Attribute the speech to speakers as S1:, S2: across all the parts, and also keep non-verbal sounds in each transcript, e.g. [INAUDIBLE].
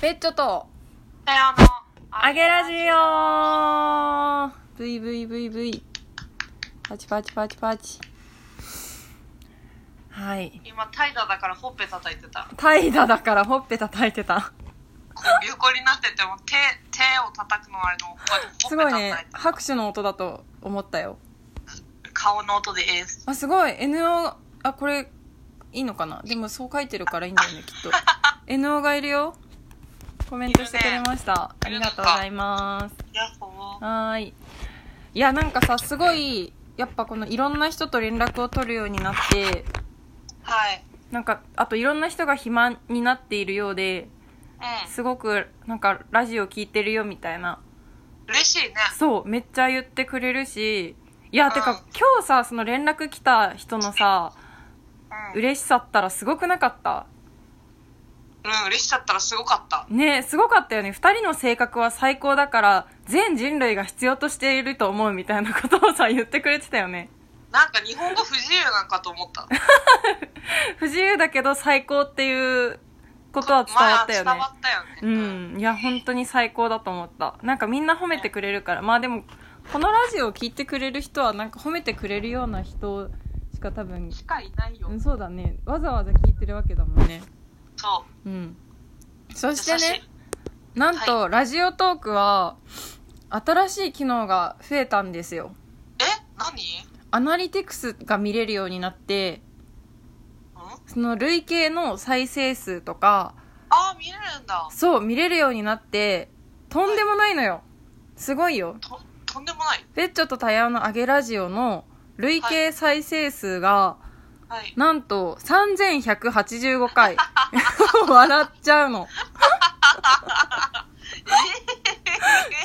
S1: ペッチョと
S2: さようの
S1: あげラジオ VVVV パチパチパチパチはい
S2: 今怠惰だからほっぺ叩いてた
S1: 怠惰だからほっぺ叩いてた
S2: こう横になってても手手を叩くのはあれのこうやってほ
S1: [LAUGHS]
S2: っ
S1: す
S2: ぺ
S1: ごい
S2: 叩い
S1: ね
S2: て
S1: 拍手の音だと思ったよ
S2: 顔の音でエース
S1: あすごい NO あこれいいのかなでもそう書いてるからいいんだよねきっ [LAUGHS] と NO がいるよコメントしてくれました、あ
S2: い
S1: り
S2: るね
S1: がとうございます
S2: ヤッホー
S1: はーい。いや、なんかさ、すごい、やっぱこのいろんな人と連絡を取るようになって、
S2: はい
S1: なんか、あといろんな人が暇になっているようで、
S2: う
S1: すごく、なんか、ラジオ聞いてるよみたいな。
S2: ん嬉しいね
S1: そう、めっちゃ言ってくれるし、いや、て
S2: うん
S1: か、今日さ、その連絡来た人のさ、
S2: うん、
S1: 嬉しさったらすごくなかった。
S2: うん、嬉しかったらすごかった
S1: ねえ、すごかったよね。二人の性格は最高だから、全人類が必要としていると思うみたいなことをさ、言ってくれてたよね。
S2: なんか日本語不自由なんかと思った
S1: 不自由だけど最高っていうことは伝わったよ
S2: まあ
S1: ね
S2: 伝わったよね
S1: うんいや本当に最高だと思ったなんかみんな褒めてくれるからまあでもこのラジオを聞いてくれる人はなんか褒めてくれるような人しか多分
S2: しかいないよ、
S1: うんそうだねわざわざ聞いてるわけだもんね
S2: そ
S1: うんそうして
S2: 優し
S1: ね
S2: い
S1: なんと、ラジオトークは新しい機能が増えたんですよ
S2: え何
S1: アナリティクスが見れるようになって
S2: うん
S1: その累計の再生数とか
S2: あー見れるんだ
S1: そう、見れるようになって、とんでもないのよ。すごいよ。
S2: ととんでもない
S1: ベッチョとタヤオのあげラジオの累計再生数が、
S2: はい
S1: なんと3185回。 [LAUGHS] 笑っちゃうの。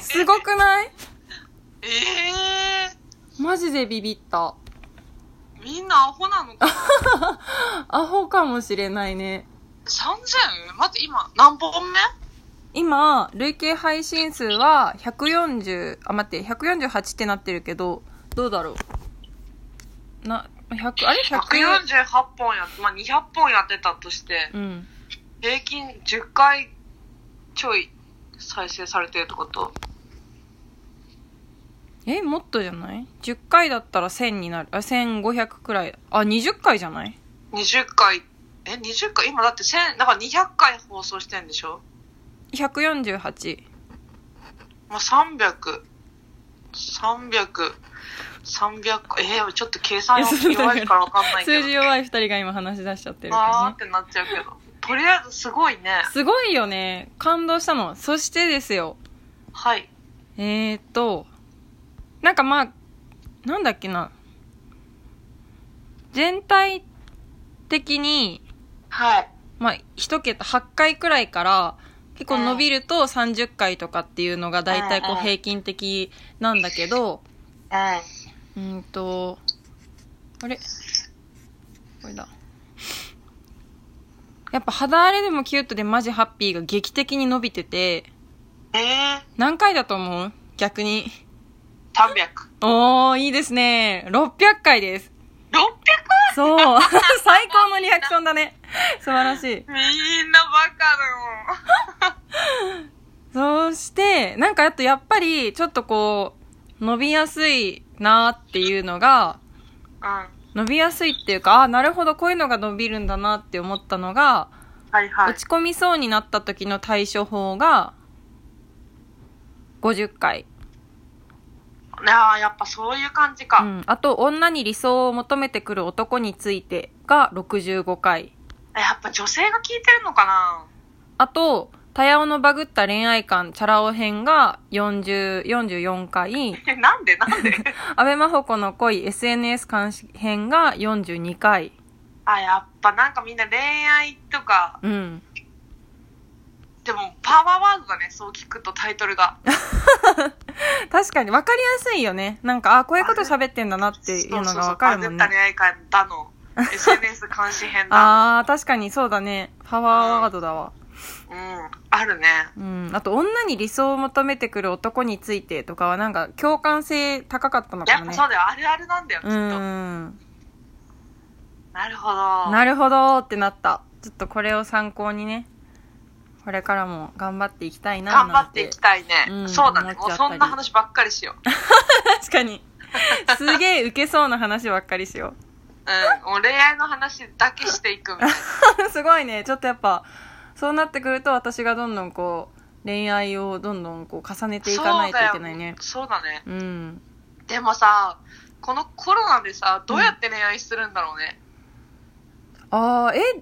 S1: すごくない
S2: ええ
S1: マジでビビった。
S2: ー、みんなアホなのかな
S1: アホかもしれないね。
S2: 3000? 待って、今、何本目
S1: 今、累計配信数は140、あ、待って、148ってなってるけど、どうだろう。な、100、あれ ?140?
S2: ?148 本や、まあ、200本やってたとして、
S1: うん。
S2: 平均10回ちょい再生されてるってこと
S1: えもっとじゃない10回だったら1000になるあ1500くらいあ20回じゃない
S2: ?20 回、え、20回今だって1000、だから200回放送してんでしょ
S1: 148
S2: もう300、300、300、えー、ちょっと計算
S1: いやそうだよ
S2: 弱いからわかんないけど。
S1: 数字弱い2人が今話し出しちゃってる
S2: あー
S1: か
S2: ってなっちゃうけど。とりあえずすごいね。
S1: らねすごいよね感動したのそしてですよ
S2: はい。
S1: えー、っとなんかまあなんだっけな全体的に
S2: はい。
S1: まあ1桁8回くらいから結構伸びると30回とかっていうのが大体こ
S2: うん
S1: う
S2: うん
S1: 平均的なんだけど、
S2: うん。
S1: うんと、あれこれだ。やっぱ肌荒れでもキュートでマジハッピーが劇的に伸びてて、
S2: えー、
S1: 何回だと思う逆に。
S2: 300。
S1: おー、いいですね。600回です。
S2: 600?
S1: そう。 [LAUGHS] 最高のリアクションだね。素晴らしい。
S2: みんなバカだよ。
S1: そして、なんかあとやっぱり、ちょっとこう、伸びやすいなーっていうのが、
S2: う
S1: 伸びやすいっていうか、あー、なるほど、こういうのが伸びるんだなって思ったのが、
S2: ん。はいは
S1: 落ち込みそうになった時の対処法が50回、
S2: ああ、やっぱそういう感じか。
S1: うん、あと女に理想を求めてくる男についてが65回
S2: やっぱ女性が聞いてるのかな [LAUGHS]
S1: あと「タヤオのバグった恋愛観チャラ男編」が40 44回
S2: え、なんでなんで [LAUGHS]
S1: 阿部真帆子の恋 SNS 監視編が42回
S2: あ、やっぱなんかみんな恋愛とか、
S1: うん
S2: でもパワーワードだね、そう聞くとタイトルが。
S1: 確かに分かりやすいよねなんかあこういうこと喋ってんだなっていうのが分かるもんね
S2: バズった恋愛感だの、SNS
S1: [LAUGHS]
S2: 監視編だの。
S1: あー確かにそうだねパワーワードだわ
S2: うん、あるね。
S1: うん、あと女に理想を求めてくる男についてとかはなんか共感性高かったのか
S2: やっ
S1: も
S2: ぱ
S1: ね
S2: そうだよ、あるあるなんだよ、きっと。
S1: うん
S2: なるほど。
S1: なるほどーってなったちょっとこれを参考にねこれからも頑張っていきたいな
S2: 頑張
S1: なん
S2: って
S1: て
S2: いきたいね。
S1: うん
S2: そうだね。
S1: 思
S2: も
S1: っ
S2: う
S1: ちゃったり
S2: そんな話ばっかりしよう。
S1: 確かにすげえウケそうな話ばっかりしよ
S2: うん。もう恋愛の話だけしていくみたいな。
S1: う [LAUGHS] すごいねちょっとやっぱそうなってくると私がどんどんこう恋愛をどんどんこう重ねていかないといけないね
S2: そうだよそうだね。
S1: うん
S2: でもさ、このコロナでさ、どうやって恋愛するんだろうね。
S1: ああえ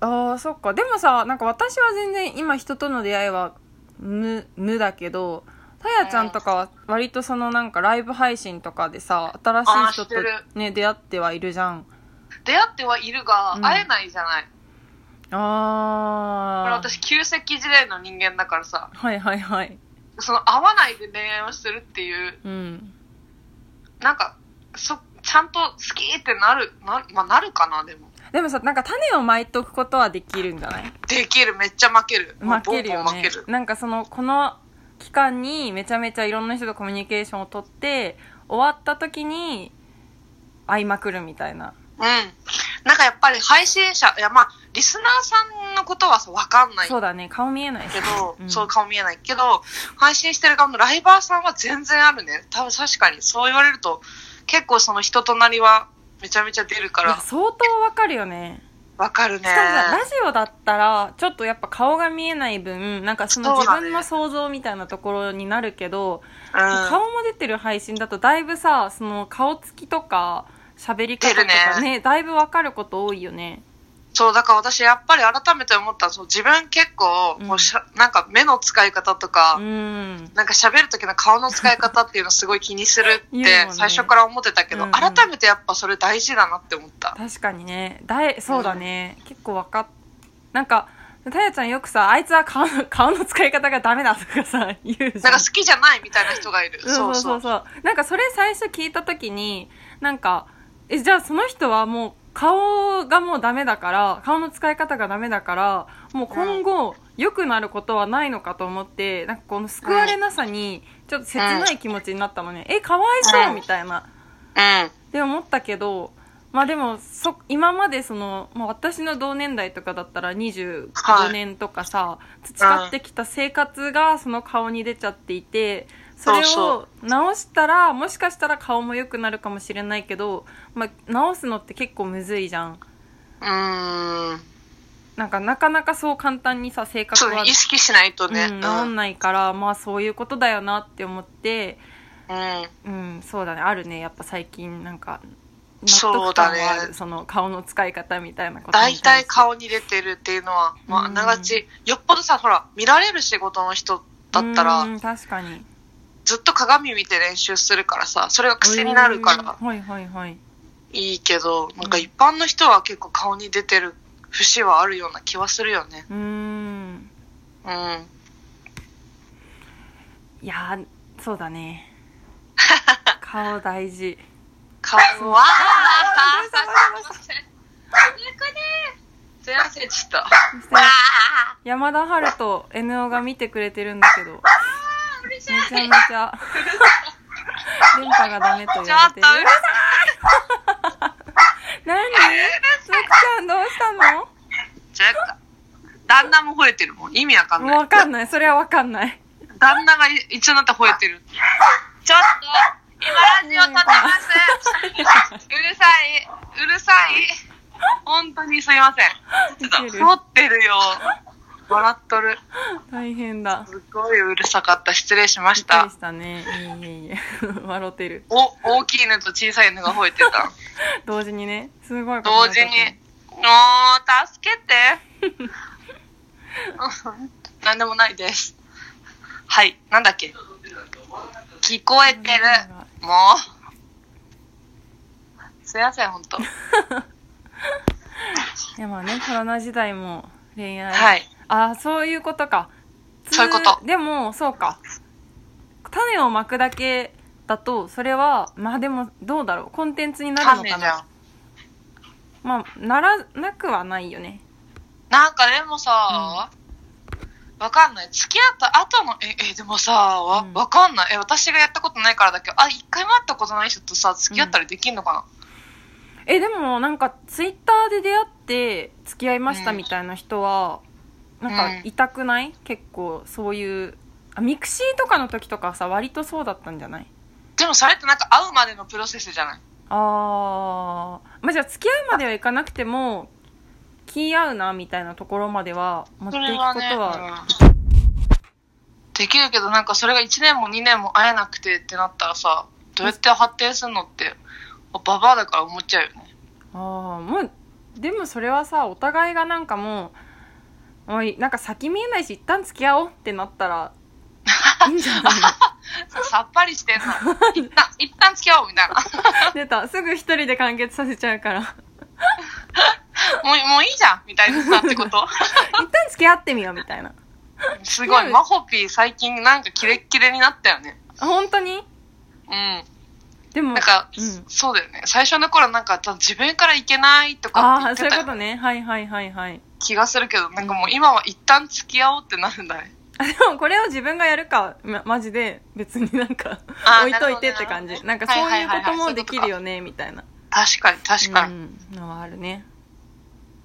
S1: ああそっかでもさなんか私は全然今人との出会いは無無だけどたやちゃんとかは割とそのなんかライブ配信とかでさ新しい人と
S2: あー知っ
S1: ね出会ってはいるじゃん
S2: 出会ってはいるが、
S1: うん
S2: 会えないじゃない。これ
S1: ああ
S2: 私、旧石器時代の人間だからさ、
S1: はいはいはい
S2: その会わないで恋愛をするっていう、
S1: うん
S2: なんか、そ、ちゃんと好きってなる、な、まあ、なるかな、でも。
S1: でもさなんか種をまいとくことはできるんじゃない
S2: できる、めっちゃ負ける。
S1: 負けるよ
S2: ボンボン負
S1: ね
S2: ける。
S1: なんかそのこの期間にめちゃめちゃいろんな人とコミュニケーションをとって終わった時に会いまくるみたいな
S2: うん。なんかやっぱり配信者、いやまあ、リスナーさんのことはさ、わかんない
S1: そうだね顔見えないし
S2: けど、
S1: うん
S2: そう顔見えないけど、配信してる側のライバーさんは全然あるね。多分確かに、そう言われると、結構その人となりはめちゃめちゃ出るか
S1: いや
S2: ら、
S1: 相当わかるよね
S2: わかるね
S1: しか。もさラジオだったらちょっとやっぱ顔が見えない分なんかその
S2: そう
S1: 自
S2: だね
S1: 分の想像みたいなところになるけど、
S2: うん。
S1: 顔も出てる配信だとだいぶさその顔つきとか喋り方とか
S2: 出る
S1: ねだいぶわかること多いよね
S2: そう、だから私やっぱり改めて思った、そう自分結構、
S1: うん
S2: もうしゃなんか目の使い方とか、
S1: うん
S2: なんか喋る時の顔の使い方っていうのすごい気にするっ
S1: 言う
S2: て
S1: よね
S2: 最初から思ってたけ
S1: う
S2: ど、
S1: んうん
S2: 改めてやっぱそれ大事だなって思った。
S1: 確かにねだいそうだね、結構わかっなんかたやちゃんよくさあいつは顔の [LAUGHS] 顔の使い方がダメだとかさ言うじゃん
S2: なんか好きじゃないみたいな人がいる。
S1: そ
S2: そうう
S1: そうそ
S2: そうう。
S1: そうなんかそれ最初聞いた時になんかえじゃあその人はもう顔がもうダメだから顔の使い方がダメだからもう今後良くなることはないのかと思って、なんかこの救われなさにちょっと切ない気持ちになったのね、えかわいそう
S2: うん
S1: みたいな
S2: うん。
S1: って思ったけどまあでもそ今までその、まあ、私の同年代とかだったら
S2: は
S1: 25
S2: い
S1: 年とかさ、培ってきた生活がその顔に出ちゃっていてそれ
S2: そ
S1: を直したらもしかしたら顔も良くなるかもしれないけど、まあ、直すのって結構むずいじゃん
S2: うーん。
S1: なんかなかなかそう簡単にさ性格
S2: そう
S1: は
S2: ね、意識しないとね。
S1: う、
S2: うんん。
S1: 治んないから、まあそういうことだよなって思って
S2: うん
S1: うん、そうだね。あるね。やっぱ最近、なんか、
S2: そうだね
S1: 納得感はあるその、顔の使い方みたいなことに対
S2: 大
S1: して。
S2: 体顔に出てるっていうのは、まあ、
S1: うん
S2: あながち、よっぽどさ、ほら、見られる仕事の人だった
S1: う
S2: ら、
S1: ん確かに。
S2: ずっと鏡見て練習するからさ、それが癖になるから
S1: うんはいはいはい。
S2: いいけど、なんか一般の人は結構顔に出てる節はあるような気はするよね。
S1: うーん。
S2: うん。
S1: いやー、そうだね。顔大事。
S2: 顔は、
S1: あーどうしたどう
S2: せん。すいません、ちょっ
S1: そ
S2: と。
S1: して山田春と NO が見てくれてるんだけど、
S2: うるさ
S1: めちゃ
S2: い
S1: めちゃ、電波がダメと言
S2: ちょっ
S1: われ
S2: と
S1: て
S2: うる
S1: る
S2: さ。い
S1: 何つくちゃんどうしたの
S2: じゃあ旦那も吠えてるもん。意味わかんない。
S1: わかんない。それはわかんない。
S2: 旦那がい一応なったら吠えてる。ちょっと、今ラジオ撮ってます。 [LAUGHS] うるさい、うるさい。本当にすいません。ちょっと、吠ってるよ。笑っとる。
S1: 大変だ。
S2: すごいうるさかった。失礼しまし
S1: そうで
S2: た。
S1: したね。いえいえいえ。 [LAUGHS] 笑ってる。
S2: お、大きい犬と小さい犬が吠えてた。
S1: 同時にね。すごいことな
S2: 同
S1: っち
S2: 時
S1: ゃっ
S2: に
S1: たね。
S2: もう、助けて。うん [LAUGHS] なんでもないです。はい、なんだっけ。聞こえてる。もう。すいません、ほんと。
S1: いやまあね、コロナ時代も恋愛。
S2: はい。
S1: ああ、そういうことか。つ
S2: そういうこと
S1: でも、そうか。種をまくだけだと、それは、まあでも、どうだろう。コンテンツになる
S2: 種
S1: の
S2: じ
S1: か
S2: ゃん。
S1: な。まあ、ならなくはないよね。
S2: なんかでもさ、わかんない。付き合った後の、え、え、でもさ、わ、
S1: うん
S2: わかんない。え、私がやったことないからだけど、あ、一回も会ったことない人とさ、付き合ったりできんのかな、
S1: え、でも、なんか、ツイッターで出会って、付き合いましたみたいな人は、なん
S2: うん
S1: か痛くない、結構そういうあミクシーとかの時とかさ割とそうだったんじゃない
S2: でもそれってなんか会うまでのプロセスじゃない
S1: あーまあじゃあ付き合うまではいかなくても気合うなみたいなところまでは持ってい
S2: そ
S1: くこ
S2: れ
S1: と
S2: はね、
S1: は
S2: うんできるけどなんかそれが1年も2年も会えなくてってなったらさどうやって発展するのってババアだから思っちゃうよね
S1: ああもうでもそれはさお互いがなんかもうおいなんか先見えないし一旦付き合おうってなった
S2: [LAUGHS]
S1: らいいんじゃない
S2: さっぱりしてんの
S1: [LAUGHS]
S2: 一旦一旦付き合おうみたいな [LAUGHS]
S1: の出たすぐ一人で完結させちゃうから
S2: もうもういいじゃんみたいになってこと
S1: [LAUGHS] 一旦付き合ってみようみたいな
S2: すごいマホピー最近なんかキレッキレになったよね
S1: あ本当に
S2: うん
S1: でも
S2: なんか、
S1: うん、
S2: そうだよね最初の頃なんか自分から行けないと
S1: あ
S2: かって
S1: あそう
S2: 言って
S1: いう
S2: た
S1: ことねはいはいはいはい
S2: 気がするけどなんかもう今は一旦付き合おうってなるんだね
S1: あでもこれを自分がやるか、ま、マジで別になんか
S2: あー
S1: 置いといてって感じ
S2: なる
S1: な
S2: ほどね
S1: んかそういうこ
S2: はいは
S1: と
S2: いはいは
S1: も
S2: い
S1: できるよねみたいな
S2: 確かに確かに、
S1: うん、のはあるね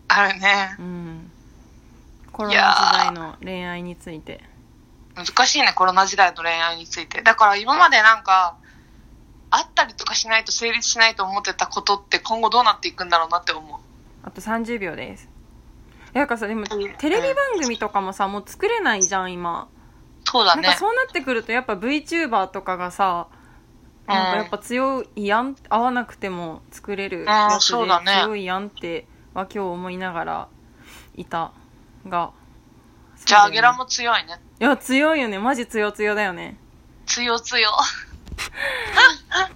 S2: あるね
S1: うんコロナ時代の恋愛について
S2: 難しいねコロナ時代の恋愛についてだから今までなんか会ったりとかしないと成立しないと思ってたことって今後どうなっていくんだろうなって思う
S1: あと30秒ですえなんかさでも
S2: うん
S1: テレビ番組とかもさもう作れないじゃん今
S2: そうだ
S1: なん
S2: ね
S1: かそうなってくるとやっぱ VTuber とかがさ
S2: うん
S1: なんかやっぱ強いやん合わなくても作れるや
S2: あー
S1: つで
S2: そうだね
S1: 強いやんっては今日思いながらいたが
S2: じゃあ
S1: そ
S2: ア
S1: うだよね
S2: ゲラも強いね
S1: いや強いよねマジ強強だよね
S2: 強強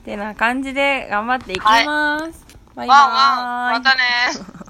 S1: てな感じで頑張っていきます、バイバーイ
S2: ワンワンまたね